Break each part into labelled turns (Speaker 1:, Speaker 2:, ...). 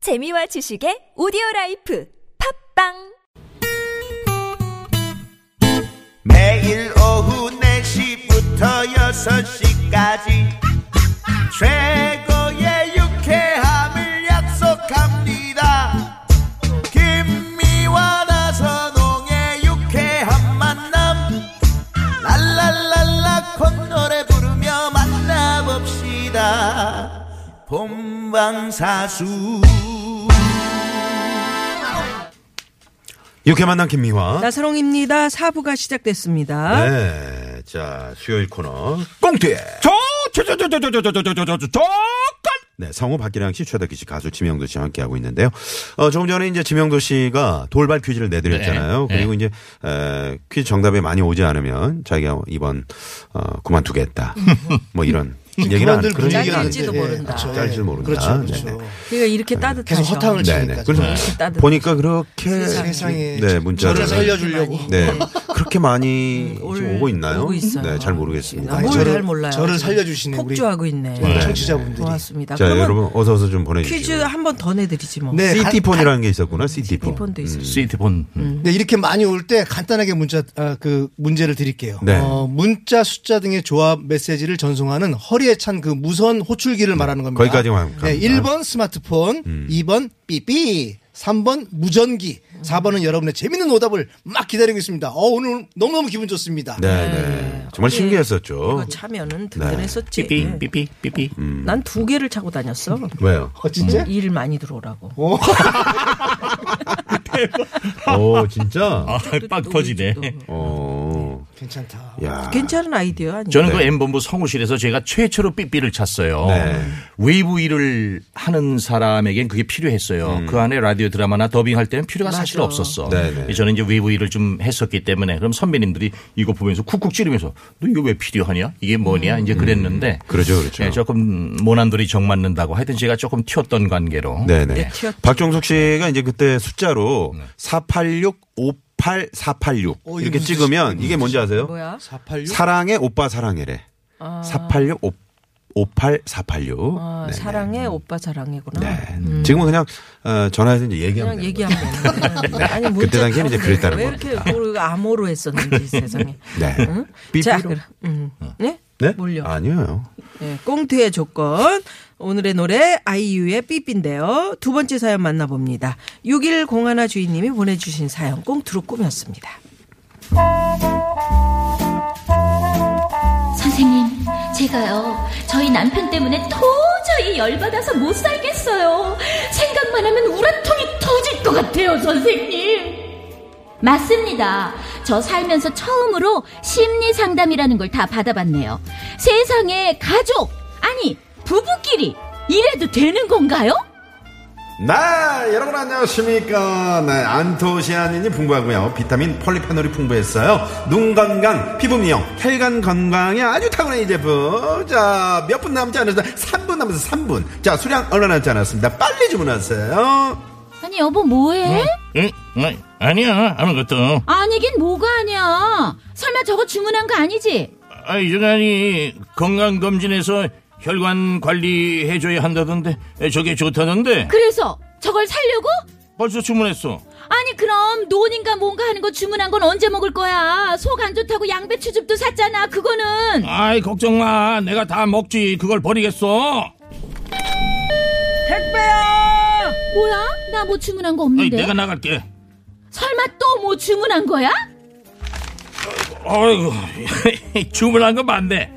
Speaker 1: 재미와 지식의 오디오 라이프 팝빵
Speaker 2: 매일 오후 4시부터 6시까지 최고의 유쾌함을 약속합니다 김미와 나선홍의 유쾌한 만남 랄랄랄라 콧노래 부르며 만나봅시다 본방사수
Speaker 3: 이렇게 만난 김미화.
Speaker 4: 나서롱입니다. 사부가 시작됐습니다.
Speaker 3: 네. 자, 수요일 코너. 꽁트에. 네, 성우 박기량 씨, 최덕기 씨, 가수 지명도 씨와 함께하고 있는데요. 어, 조금 전에 이제 지명도 씨가 돌발 퀴즈를 내드렸잖아요.
Speaker 5: 네,
Speaker 3: 그리고 이제, 에, 퀴즈 정답에 많이 오지 않으면 자기가 이번, 어, 그만두겠다. 뭐 이런. 얘기는 안, 그런 얘기는 안 네,
Speaker 4: 짤릴지도 모른다.
Speaker 3: 짤릴지 모른다.
Speaker 5: 그렇죠, 그렇죠.
Speaker 3: 네네.
Speaker 4: 그러니까 이렇게 따뜻하죠.
Speaker 5: 계속 허탕을 치니까.
Speaker 3: 네네. 그래서
Speaker 4: 따뜻.
Speaker 3: 보니까 그렇게
Speaker 5: 세상에
Speaker 3: 네, 문자를
Speaker 5: 저를 살려주려고.
Speaker 3: 네. 그렇게 많이 지금
Speaker 4: 음, 올-
Speaker 3: 오고 있나요?
Speaker 4: 오고 있어요.
Speaker 3: 네, 잘 모르겠습니다.
Speaker 4: 아니,
Speaker 5: 아니,
Speaker 4: 뭘
Speaker 5: 저를-
Speaker 4: 잘 몰라요.
Speaker 5: 저를 살려주시네, 우리.
Speaker 4: 폭주하고 있네.
Speaker 5: 우리 청취자분들이.
Speaker 4: 고맙습니다.
Speaker 3: 자,
Speaker 4: 그러면
Speaker 3: 여러분 어서 어서 좀 보내
Speaker 4: 퀴즈
Speaker 3: 주시고.
Speaker 4: 한 번 더 내드리지 뭐.
Speaker 5: 네, 간-
Speaker 3: 시티폰이라는 게 있었구나. 시티폰.
Speaker 4: 이폰도 있어요.
Speaker 6: 스위트폰. 음.
Speaker 5: 네, 이렇게 많이 올 때 간단하게 문자 아, 그 문제를 드릴게요.
Speaker 3: 네.
Speaker 5: 어, 문자 숫자 등의 조합 메시지를 전송하는 허리에 찬 그 무선 호출기를 말하는 겁니다.
Speaker 3: 네. 거기까지만 갑니다.
Speaker 5: 네,
Speaker 3: 음.
Speaker 5: 1번 스마트폰, 2번 삐삐, 3번 무전기, 4번은 여러분의 재밌는 오답을 막 기다리고 있습니다. 어, 오늘 너무너무 기분 좋습니다.
Speaker 3: 네, 네. 정말 신기했었죠.
Speaker 4: 예. 이거
Speaker 3: 네.
Speaker 4: 차면은 든든했었지. 네.
Speaker 6: 삐삐, 삐삐, 삐삐.
Speaker 4: 난 두 개를 차고 다녔어.
Speaker 3: 왜요?
Speaker 5: 어,
Speaker 3: 음.
Speaker 5: 진짜?
Speaker 4: 일 많이 들어오라고.
Speaker 5: 오.
Speaker 3: 오, 진짜?
Speaker 6: 아, 빵 터지네.
Speaker 3: 어.
Speaker 5: 괜찮다.
Speaker 3: 야.
Speaker 4: 괜찮은 아이디어 아니에요?
Speaker 6: 저는 그 M본부 성우실에서 제가 최초로 삐삐를 찼어요.
Speaker 3: 네.
Speaker 6: 웨이브 일을 하는 사람에겐 그게 필요했어요. 그 안에 라디오 드라마나 더빙할 때는 필요가 사실
Speaker 4: 맞아.
Speaker 6: 없었어.
Speaker 3: 음. 네네.
Speaker 6: 저는 이제 웨이브 일을 좀 했었기 때문에 그럼 선배님들이 이거 보면서 쿡쿡 찌르면서 너 이거 왜 필요하냐? 이게 뭐냐?
Speaker 4: 음.
Speaker 6: 이제 그랬는데.
Speaker 3: 그러죠, 그렇죠.
Speaker 6: 네, 조금 모난돌이 정 맞는다고 하여튼 제가 조금 튀었던 관계로.
Speaker 3: 네, 네.
Speaker 4: 네, 튀었죠.
Speaker 3: 박종석 씨가 이제 그때 숫자로 486 58 486
Speaker 5: 어, 이게
Speaker 3: 이렇게
Speaker 5: 무슨
Speaker 3: 찍으면 이게 뭔지 아세요?
Speaker 4: 뭐야?
Speaker 5: 486?
Speaker 3: 사랑해 오빠 사랑해래. 486 오- 58 486.
Speaker 4: 아,
Speaker 3: 네, 네.
Speaker 4: 사랑해 오빠 사랑해구나.
Speaker 3: 네. 지금은 그냥 어, 전화해서 이제
Speaker 4: 그냥
Speaker 3: 얘기하면 되는
Speaker 4: 얘기하면 되는데. 아니, 문자
Speaker 3: 그때 당시에는 이제 그랬다는
Speaker 4: 왜
Speaker 3: 겁니다.
Speaker 4: 이렇게 모르고 암호로 했었는지 세상에.
Speaker 3: 거예요. 네.
Speaker 4: 응?
Speaker 3: 삐삐로.
Speaker 4: 자, 그럼, 음. 네?
Speaker 3: 네?
Speaker 4: 몰려.
Speaker 3: 아니에요.
Speaker 4: 네, 꽁트의 조건. 오늘의 노래 아이유의 삐삐인데요. 두 번째 사연 만나봅니다. 6101 주인님이 보내주신 사연 꽁트로 꾸몄습니다.
Speaker 7: 선생님, 제가요, 저희 남편 때문에 도저히 열받아서 못 살겠어요. 생각만 하면 우라통이 터질 것 같아요, 선생님. 맞습니다. 저 살면서 처음으로 심리 상담이라는 걸 다 받아봤네요. 세상에 가족, 아니, 부부끼리 이래도 되는 건가요?
Speaker 3: 네, 여러분 안녕하십니까. 네, 안토시아닌이 풍부하고요. 비타민 폴리페놀이 풍부했어요. 눈 건강, 피부 미용, 혈관 건강에 아주 탁월한 이 제품. 자, 몇 분 남지 않았습니다. 3분 남았어요, 3분. 자, 수량 얼마 남지 않았습니다. 빨리 주문하세요.
Speaker 7: 아니, 여보, 뭐해?
Speaker 6: 응? 응? 아니야. 아무것도.
Speaker 7: 아니긴 뭐가 아니야. 설마 저거 주문한 거 아니지?
Speaker 6: 아, 이 중간이 건강검진에서 혈관 관리해줘야 한다던데 에, 저게 좋다던데
Speaker 7: 그래서 저걸 살려고?
Speaker 6: 벌써 주문했어
Speaker 7: 아니 그럼 논인가 뭔가 하는 거 주문한 건 언제 먹을 거야? 속 안 좋다고 양배추즙도 샀잖아. 그거는
Speaker 6: 아이 걱정마 내가 다 먹지 그걸 버리겠어
Speaker 7: 뭐야? 나 뭐 주문한 거
Speaker 6: 아이,
Speaker 7: 없는데?
Speaker 6: 내가 나갈게
Speaker 7: 설마 또 뭐 주문한 거야?
Speaker 6: 아이고 주문한 거 맞네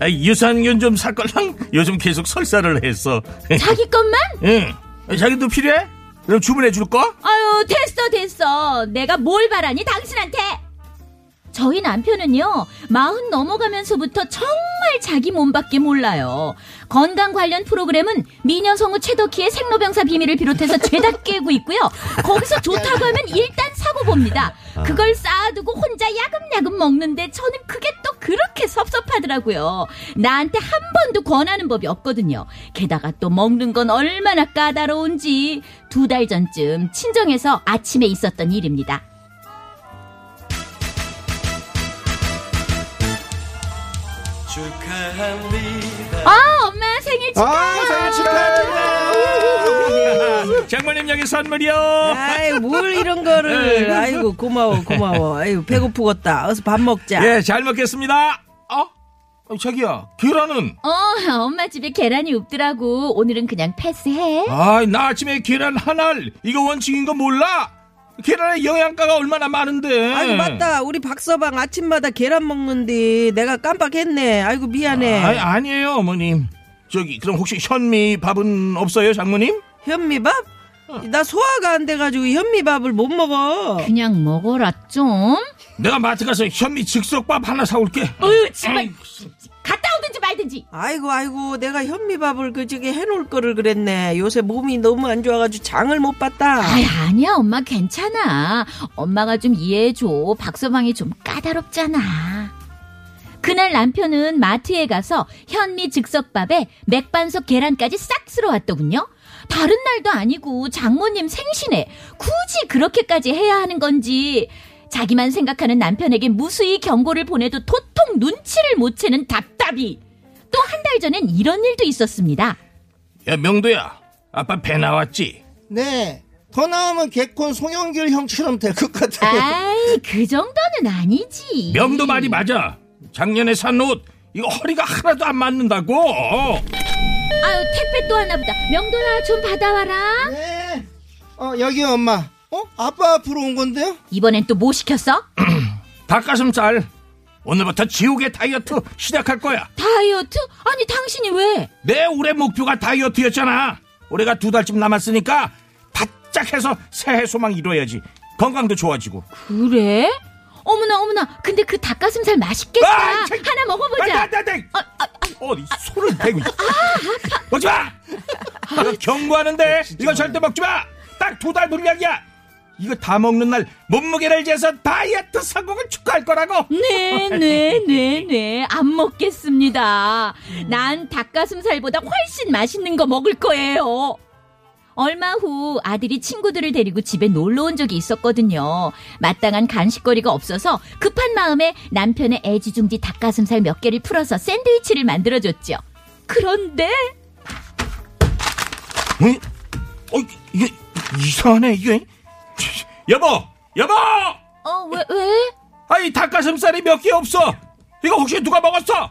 Speaker 6: 아, 유산균 좀 살 걸랑 요즘 계속 설사를 했어
Speaker 7: 자기 것만?
Speaker 6: 응 아, 자기도 필요해? 그럼 주문해 줄 거?
Speaker 7: 아유 됐어 됐어. 내가 뭘 바라니 당신한테? 저희 남편은요 마흔 넘어가면서부터 정말 자기 몸밖에 몰라요. 건강 관련 프로그램은 미녀 성우 최덕희의 생로병사 비밀을 비롯해서 죄다 깨고 있고요. 거기서 좋다고 하면 일단 사고 봅니다. 그걸 쌓아두고 혼자 야금야금 먹는데 저는 그게 또 그렇게 섭섭하더라고요. 나한테 한 번도 권하는 법이 없거든요. 게다가 또 먹는 건 얼마나 까다로운지 두 달 전쯤 친정에서 아침에 있었던 일입니다. 아 엄마 생일 축하.
Speaker 3: 아, 생일 축하합니다.
Speaker 6: 장모님 여기 선물이요.
Speaker 4: 아이 뭘 이런
Speaker 6: 네.
Speaker 4: 거를 아이고 고마워 고마워 아이고 배고프겠다 어서 밥 먹자
Speaker 6: 예, 잘 먹겠습니다. 어? 어, 자기야, 계란은?
Speaker 7: 어, 엄마 집에 계란이 없더라고. 오늘은 그냥 패스해.
Speaker 6: 아이, 나 아침에 계란 하나 알. 이거 원칙인 거 몰라? 계란에 영양가가 얼마나 많은데.
Speaker 4: 아니 맞다 우리 박서방 아침마다 계란 먹는데 내가 깜빡했네 아이고 미안해
Speaker 6: 아니, 아니에요, 어머님. 저기, 그럼 혹시 현미 밥은 없어요, 장모님?
Speaker 4: 현미밥? 나 소화가 안 돼가지고 현미밥을 못 먹어
Speaker 7: 그냥 먹어라 좀.
Speaker 6: 내가 마트 가서 현미 즉석밥 하나 사올게.
Speaker 7: 어휴, 정말. 갔다 오든지 말든지.
Speaker 4: 아이고 아이고 내가 현미밥을 그 저기 해놓을 거를 그랬네 요새 몸이 너무 안 좋아가지고 장을 못 봤다
Speaker 7: 아, 아니야, 엄마 괜찮아. 엄마가 좀 이해해줘. 박서방이 좀 까다롭잖아. 그날 남편은 마트에 가서 현미 즉석밥에 맥반석 계란까지 싹 쓸어왔더군요. 다른 날도 아니고 장모님 생신에 굳이 그렇게까지 해야 하는 건지 자기만 생각하는 남편에게 무수히 경고를 보내도 도통 눈치를 못 채는 답답이. 또 한 달 전엔 이런 일도 있었습니다.
Speaker 6: 야, 명도야. 아빠 배 나왔지?
Speaker 5: 네. 더 나으면 개콘 송영길 형처럼 될 것 같아요.
Speaker 7: 아이, 그 정도는 아니지.
Speaker 6: 명도 말이 맞아. 작년에 산 옷, 이거 허리가 하나도 안 맞는다고.
Speaker 7: 아유 택배 또 하나 보다 명도야 좀 받아와라
Speaker 5: 네. 어, 여기 엄마. 어? 아빠 앞으로 온 건데요?
Speaker 7: 이번엔 또 뭐 시켰어?
Speaker 6: 닭가슴살. 오늘부터 지옥의 다이어트 시작할 거야.
Speaker 7: 다이어트? 아니 당신이 왜?
Speaker 6: 내 올해 목표가 다이어트였잖아. 올해가 두 달쯤 남았으니까 바짝 해서 새해 소망 이뤄야지. 건강도 좋아지고.
Speaker 7: 그래? 어머나 어머나 근데 그 닭가슴살 맛있겠다
Speaker 6: 아, 참.
Speaker 7: 그러니까 하나 먹어보자
Speaker 6: 안 돼, 안 돼, 안 돼.
Speaker 7: 아, 아,
Speaker 6: 어, 이 소를 대고. 있어. 먹지 마.
Speaker 7: 아.
Speaker 6: 이거 경고하는데 이거 절대 먹지 마. 딱 두 달 분량이야. 이거 다 먹는 날 몸무게를 재서 다이어트 성공을 축하할 거라고.
Speaker 7: 네, 네네네네 안 먹겠습니다 난 닭가슴살보다 훨씬 맛있는 거 먹을 거예요 얼마 후 아들이 친구들을 데리고 집에 놀러 온 적이 있었거든요 마땅한 간식거리가 없어서 급한 마음에 남편의 애지중지 닭가슴살 몇 개를 풀어서 샌드위치를 만들어줬죠 그런데
Speaker 6: 응? 어, 이게 이상하네 이게. 여보, 여보.
Speaker 7: 어 왜 왜?
Speaker 6: 아이 닭가슴살이 몇 개 없어. 이거 혹시 누가 먹었어?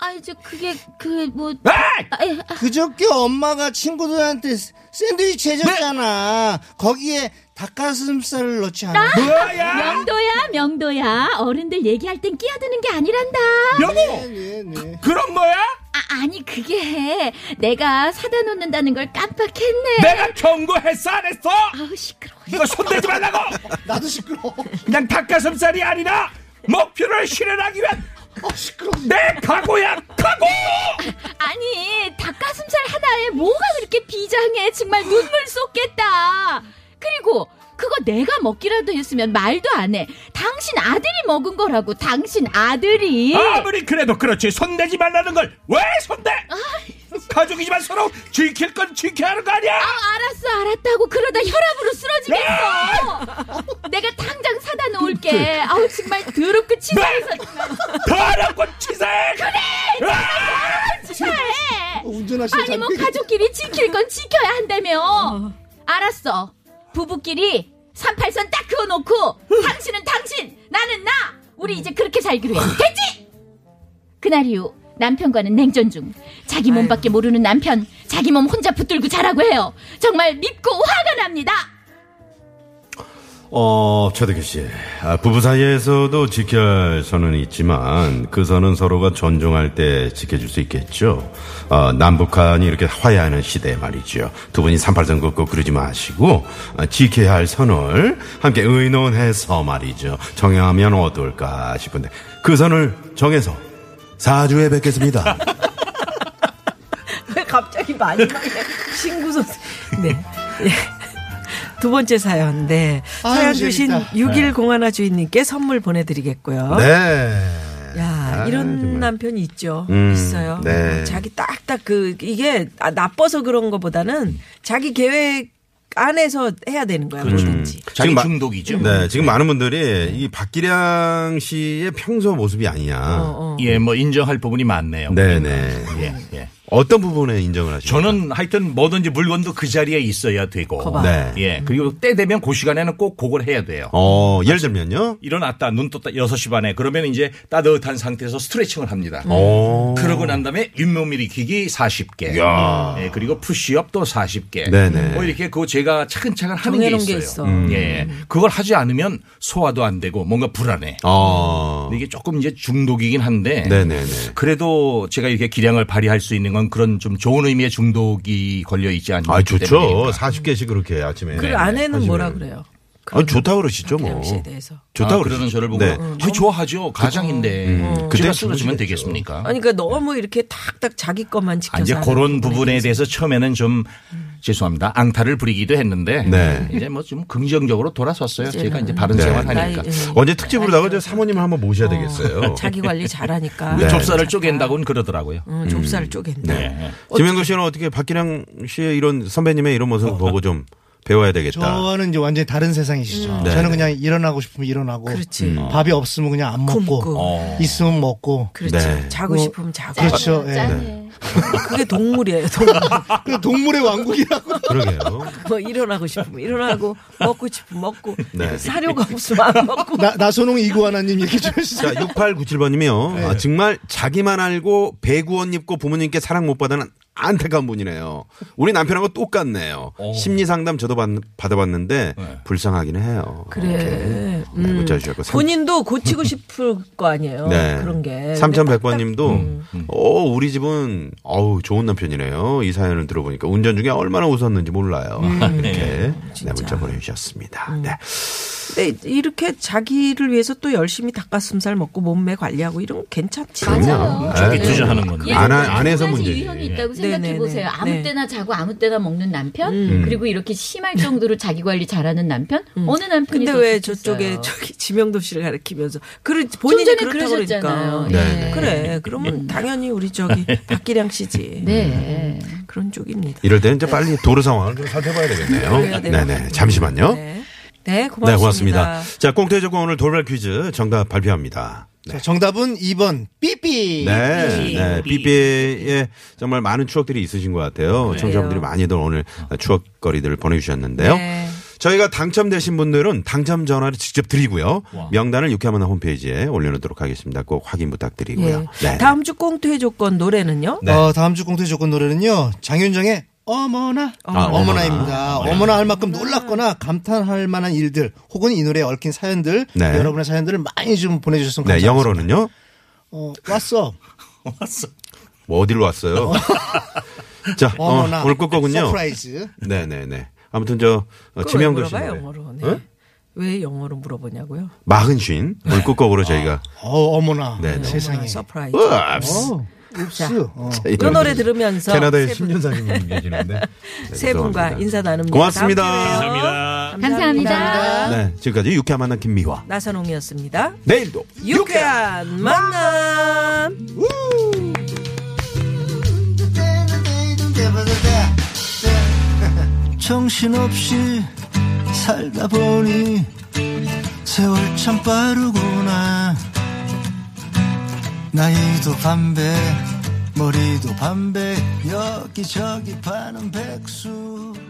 Speaker 7: 아이 저 그게 그뭐 아, 예,
Speaker 6: 에이!
Speaker 5: 그저께 엄마가 친구들한테 샌드위치 해줬잖아. 거기에 닭가슴살을 넣지 않아.
Speaker 6: 뭐야?
Speaker 7: 명도야 명도야 어른들 얘기할 땐 끼어드는 게 아니란다
Speaker 6: 여보,
Speaker 5: 네, 네.
Speaker 6: 그런 거야?
Speaker 7: 아, 아니 그게 내가 사다 놓는다는 걸 깜빡했네.
Speaker 6: 내가 경고했어 안 했어?
Speaker 7: 아우 시끄러워.
Speaker 6: 이거 손대지 말라고.
Speaker 5: 나도 시끄러워.
Speaker 6: 그냥 닭가슴살이 아니라 목표를 실현하기 위한
Speaker 5: 아, 시끄러워.
Speaker 6: 내 각오야 각오
Speaker 7: 아니 닭가슴살 하나에 뭐가 그렇게 비장해? 정말 눈물 쏟겠다. 그리고 그거 내가 먹기라도 했으면 말도 안 해. 당신 아들이 먹은 거라고. 당신 아들이.
Speaker 6: 아무리 그래도 그렇지 손대지 말라는 걸 왜 손대 가족이지만 서로 지킬 건 지켜야 하는 거 아니야
Speaker 7: 아, 알았어 알았다고 그러다 혈압으로 쓰러지겠어. 내가 당장 사다 놓을게. 아우 정말 더럽고 치사해서 정말
Speaker 6: 더럽고 치사해 아! 그래
Speaker 7: 치사해.
Speaker 5: 운전하시는
Speaker 7: 아니 뭐
Speaker 5: 장비.
Speaker 7: 가족끼리 지킬 건 지켜야 한다며 알았어 부부끼리 38선 딱 그어놓고 당신은 당신 나는 나 우리 이제 그렇게 살기로 해 됐지 그날 이후 남편과는 냉전 중 자기 몸밖에 모르는 남편 자기 몸 혼자 붙들고 자라고 해요 정말 밉고 화가 납니다
Speaker 3: 어, 최덕규 씨. 아, 부부 사이에서도 지켜야 할 선은 있지만 그 선은 서로가 존중할 때 지켜줄 수 있겠죠. 어, 남북한이 이렇게 화해하는 시대에 말이죠. 두 분이 38선 긋고 그러지 마시고 아, 지켜야 할 선을 함께 의논해서 말이죠. 정하면 어떨까 싶은데 그 선을 정해서 4주에 뵙겠습니다.
Speaker 4: 왜 갑자기 마지막에 신구 선수. 네. 예. 두 번째 사연, 네.
Speaker 5: 아유,
Speaker 4: 사연 주신
Speaker 5: 재밌다.
Speaker 4: 6일 공하나 주인님께 선물 보내드리겠고요.
Speaker 3: 네.
Speaker 4: 야, 이런
Speaker 3: 정말.
Speaker 4: 남편이 있죠.
Speaker 3: 음,
Speaker 4: 있어요.
Speaker 3: 네.
Speaker 4: 자기 딱딱 그, 이게 아, 나빠서 그런 거보다는 자기 계획 안에서 해야 되는 거야,
Speaker 3: 그렇죠.
Speaker 4: 뭐든지.
Speaker 6: 자기
Speaker 3: 음. 마-
Speaker 6: 중독이죠
Speaker 4: 음.
Speaker 3: 네, 지금 많은 분들이 이 박기량 씨의 평소 모습이 아니냐.
Speaker 4: 어, 어.
Speaker 6: 예 뭐 인정할 부분이 많네요
Speaker 3: 네네.
Speaker 6: 예, 예.
Speaker 3: 어떤 부분에 인정을 하십니까?
Speaker 6: 저는 하여튼 뭐든지 물건도 그 자리에 있어야 되고.
Speaker 4: 거봐.
Speaker 3: 네.
Speaker 6: 예. 그리고 때 되면 그 시간에는 꼭 그걸 해야 돼요.
Speaker 3: 어, 예를 들면요.
Speaker 6: 일어났다, 눈 떴다, 여섯 시 반에. 그러면 이제 따뜻한 상태에서 스트레칭을 합니다.
Speaker 3: 어.
Speaker 6: 그러고 난 다음에 윗몸 일으키기 40개. 예, 그리고 푸시업 또 40개.
Speaker 3: 네네.
Speaker 6: 뭐 이렇게 그거 제가 차근차근 하는 게
Speaker 4: 정해놓은
Speaker 6: 있어요.
Speaker 4: 게 있어. 음.
Speaker 6: 예. 그걸 하지 않으면 소화도 안 되고 뭔가 불안해.
Speaker 3: 어.
Speaker 6: 근데 이게 조금 이제 중독이긴 한데.
Speaker 3: 네네네.
Speaker 4: 음.
Speaker 6: 그래도 제가 이렇게 기량을 발휘할 수 있는 건 그런 좀 좋은 의미의 중독이 걸려 있지 않나.
Speaker 3: 아, 좋죠. 40개씩 그렇게 아침에.
Speaker 4: 음. 그 아내는
Speaker 3: 하시면.
Speaker 4: 뭐라 그래요?
Speaker 3: 아, 좋다 그러시죠, 뭐.
Speaker 4: 씨에 대해서.
Speaker 3: 좋다
Speaker 6: 아,
Speaker 3: 그러시죠.
Speaker 6: 그러는 저를 보고
Speaker 3: 네.
Speaker 6: 아, 좋아하죠 가장인데
Speaker 3: 그때
Speaker 6: 제가 음, 쓰러지면 되겠습니까?
Speaker 4: 아니 네, 그러니까 너무 이렇게 탁탁 자기 것만
Speaker 6: 아,
Speaker 4: 지켜서
Speaker 6: 이제
Speaker 4: 하는
Speaker 6: 그런
Speaker 4: 부분에
Speaker 6: 부분에 대해서 처음에는 좀 죄송합니다 앙탈을 부리기도 했는데
Speaker 3: 네.
Speaker 6: 이제 뭐 좀 긍정적으로 돌아섰어요. 제가 이제 바른
Speaker 3: 네.
Speaker 6: 생활
Speaker 4: 나이-
Speaker 6: 하니까
Speaker 3: 언제 특집으로다가 저 사모님 한번 모셔야 되겠어요.
Speaker 4: 그러니까. 네, 아, 자기 관리 잘하니까
Speaker 3: 네.
Speaker 6: 좁쌀을 쪼갠다고는 음. 그러더라고요.
Speaker 4: 응, 좁쌀 쪼갰네.
Speaker 3: 김현근 씨는 어떻게 박기량 씨의 이런 선배님의 이런 모습 보고 좀 배워야 되겠다.
Speaker 5: 저는 이제 완전히 다른 세상이시죠. 저는 그냥 일어나고 싶으면 일어나고
Speaker 4: 그렇지.
Speaker 5: 밥이 없으면 그냥 안 먹고
Speaker 4: 굶고.
Speaker 5: 있으면 먹고
Speaker 4: 그렇지.
Speaker 3: 네.
Speaker 4: 그렇죠. 자고 싶으면 자고.
Speaker 5: 뭐, 그렇죠. 예.
Speaker 4: 그게 동물이에요. 동물.
Speaker 5: 그 동물의 왕국이라고
Speaker 3: 그러게요.
Speaker 4: 뭐 일어나고 싶으면 일어나고 먹고 싶으면 먹고
Speaker 3: 네.
Speaker 4: 사료가 없으면 안 먹고.
Speaker 5: 나, 나선홍 이구하나님 얘기 좀 해주세요.
Speaker 3: 자, 6897번님이요.
Speaker 6: 네.
Speaker 3: 아, 정말 자기만 알고 배구 옷 입고 부모님께 사랑 못 받는 안타까운 분이네요. 우리 남편하고 똑같네요.
Speaker 6: 어.
Speaker 3: 심리 상담 저도 받, 받아봤는데
Speaker 6: 네.
Speaker 3: 불쌍하긴 해요.
Speaker 4: 그래. 음.
Speaker 3: 네, 문자 주셨고. 삼-
Speaker 4: 본인도 고치고 싶을 거 아니에요.
Speaker 3: 네.
Speaker 4: 그런 게.
Speaker 3: 3100번 님도,
Speaker 6: 음,
Speaker 3: 어, 우리 집은, 어우, 좋은 남편이네요. 이 사연을 들어보니까. 운전 중에 얼마나 웃었는지 몰라요.
Speaker 4: 음.
Speaker 3: 이렇게, 네, 문자 보내주셨습니다. 네.
Speaker 4: 근데 이렇게 자기를 위해서 또 열심히 닭가슴살 먹고 몸매 관리하고 이런 거 괜찮지.
Speaker 7: 맞아요.
Speaker 6: 저기
Speaker 4: 네.
Speaker 6: 투자하는 건데.
Speaker 7: 예,
Speaker 3: 안 하-
Speaker 7: 그래서
Speaker 3: 안 해서
Speaker 7: 두 가지
Speaker 3: 문제지.
Speaker 4: 예.
Speaker 7: 유형이 있다고
Speaker 4: 네네네.
Speaker 7: 생각해 보세요.
Speaker 4: 네. 음.
Speaker 7: 아무 때나 자고 아무 때나 먹는 남편, 그리고 이렇게 심할 정도로 자기 관리 잘하는 남편. 어느 남편이
Speaker 4: 근데
Speaker 7: 더
Speaker 4: 왜
Speaker 7: 좋겠어요?
Speaker 4: 저쪽에 저기 지명도 씨를 가리키면서 그러
Speaker 7: 좀
Speaker 4: 본인이
Speaker 7: 전에
Speaker 4: 그렇다고 그러니까
Speaker 7: 그러셨잖아요. 음.
Speaker 3: 네.
Speaker 4: 그래 그러면 당연히 우리 저기 박기량 씨지
Speaker 7: 네.
Speaker 4: 그런 쪽입니다.
Speaker 3: 이럴 때는 이제 빨리 도로 상황을 좀 살펴봐야 되겠네요.
Speaker 4: 그래야 돼요.
Speaker 3: 네네. 잠시만요.
Speaker 4: 네, 네 고맙습니다.
Speaker 3: 네, 고맙습니다. 자, 꽁태 조건 오늘 돌발 퀴즈 정답 발표합니다.
Speaker 5: 자, 정답은 2번 삐삐.
Speaker 3: 네, 네. 삐삐에 정말 많은 추억들이 있으신 것 같아요. 청취자분들이 많이들 오늘 추억거리들을 보내주셨는데요.
Speaker 4: 네.
Speaker 3: 저희가 당첨되신 분들은 당첨 전화를 직접 드리고요. 명단을 유쾌만한 홈페이지에 올려놓도록 하겠습니다. 꼭 확인 부탁드리고요.
Speaker 4: 예.
Speaker 3: 네.
Speaker 4: 다음 주 꽁트의 조건 노래는요?
Speaker 3: 네.
Speaker 5: 어, 다음 주 공태 조건 노래는요. 장윤정의 어머나
Speaker 3: 아, 어머나.
Speaker 5: 어머나. 입니다 어머나. 할 만큼 놀랍거나 감탄할 만한 일들 혹은 이 노래에 얽힌 사연들
Speaker 3: 네.
Speaker 5: 여러분의 사연들을 많이 좀 보내주셨으면
Speaker 3: 네,
Speaker 5: 감사하겠습니다.
Speaker 3: 영어로는요.
Speaker 5: 어, 왔어.
Speaker 3: 뭐 어디로 왔어요? 자, 어,
Speaker 5: 어머나.
Speaker 3: 오늘 끝거군요.
Speaker 5: 서프라이즈.
Speaker 3: 네네네. 아무튼 저 어,
Speaker 4: 그걸 왜
Speaker 3: 지명도 씨
Speaker 4: 물어봐요,
Speaker 3: 노래.
Speaker 4: 영어로. 네. 왜 영어로 물어보냐고요?
Speaker 3: 마흔쉰 오늘 끝곡으로 저희가
Speaker 5: 어, 어머나.
Speaker 3: 네, 네.
Speaker 5: 세상에.
Speaker 4: 아, 서프라이즈.
Speaker 3: 으압스.
Speaker 5: 읍스. 어.
Speaker 4: 그 노래 들으면서
Speaker 3: 캐나다의
Speaker 4: 세 분-
Speaker 3: 10년 사귀는 계시는데 네,
Speaker 4: 세 분과
Speaker 3: 죄송합니다.
Speaker 4: 인사 나눕니다.
Speaker 3: 고맙습니다.
Speaker 4: 감사합니다.
Speaker 7: 감사합니다.
Speaker 3: 네, 지금까지 유쾌한 만남 김미화.
Speaker 4: 나선홍이었습니다.
Speaker 3: 내일도
Speaker 4: 유쾌한 만남.
Speaker 5: 정신없이 살다 보니 세월 참 빠르구나 나이도 반배 머리도 반배 여기저기 파는 백수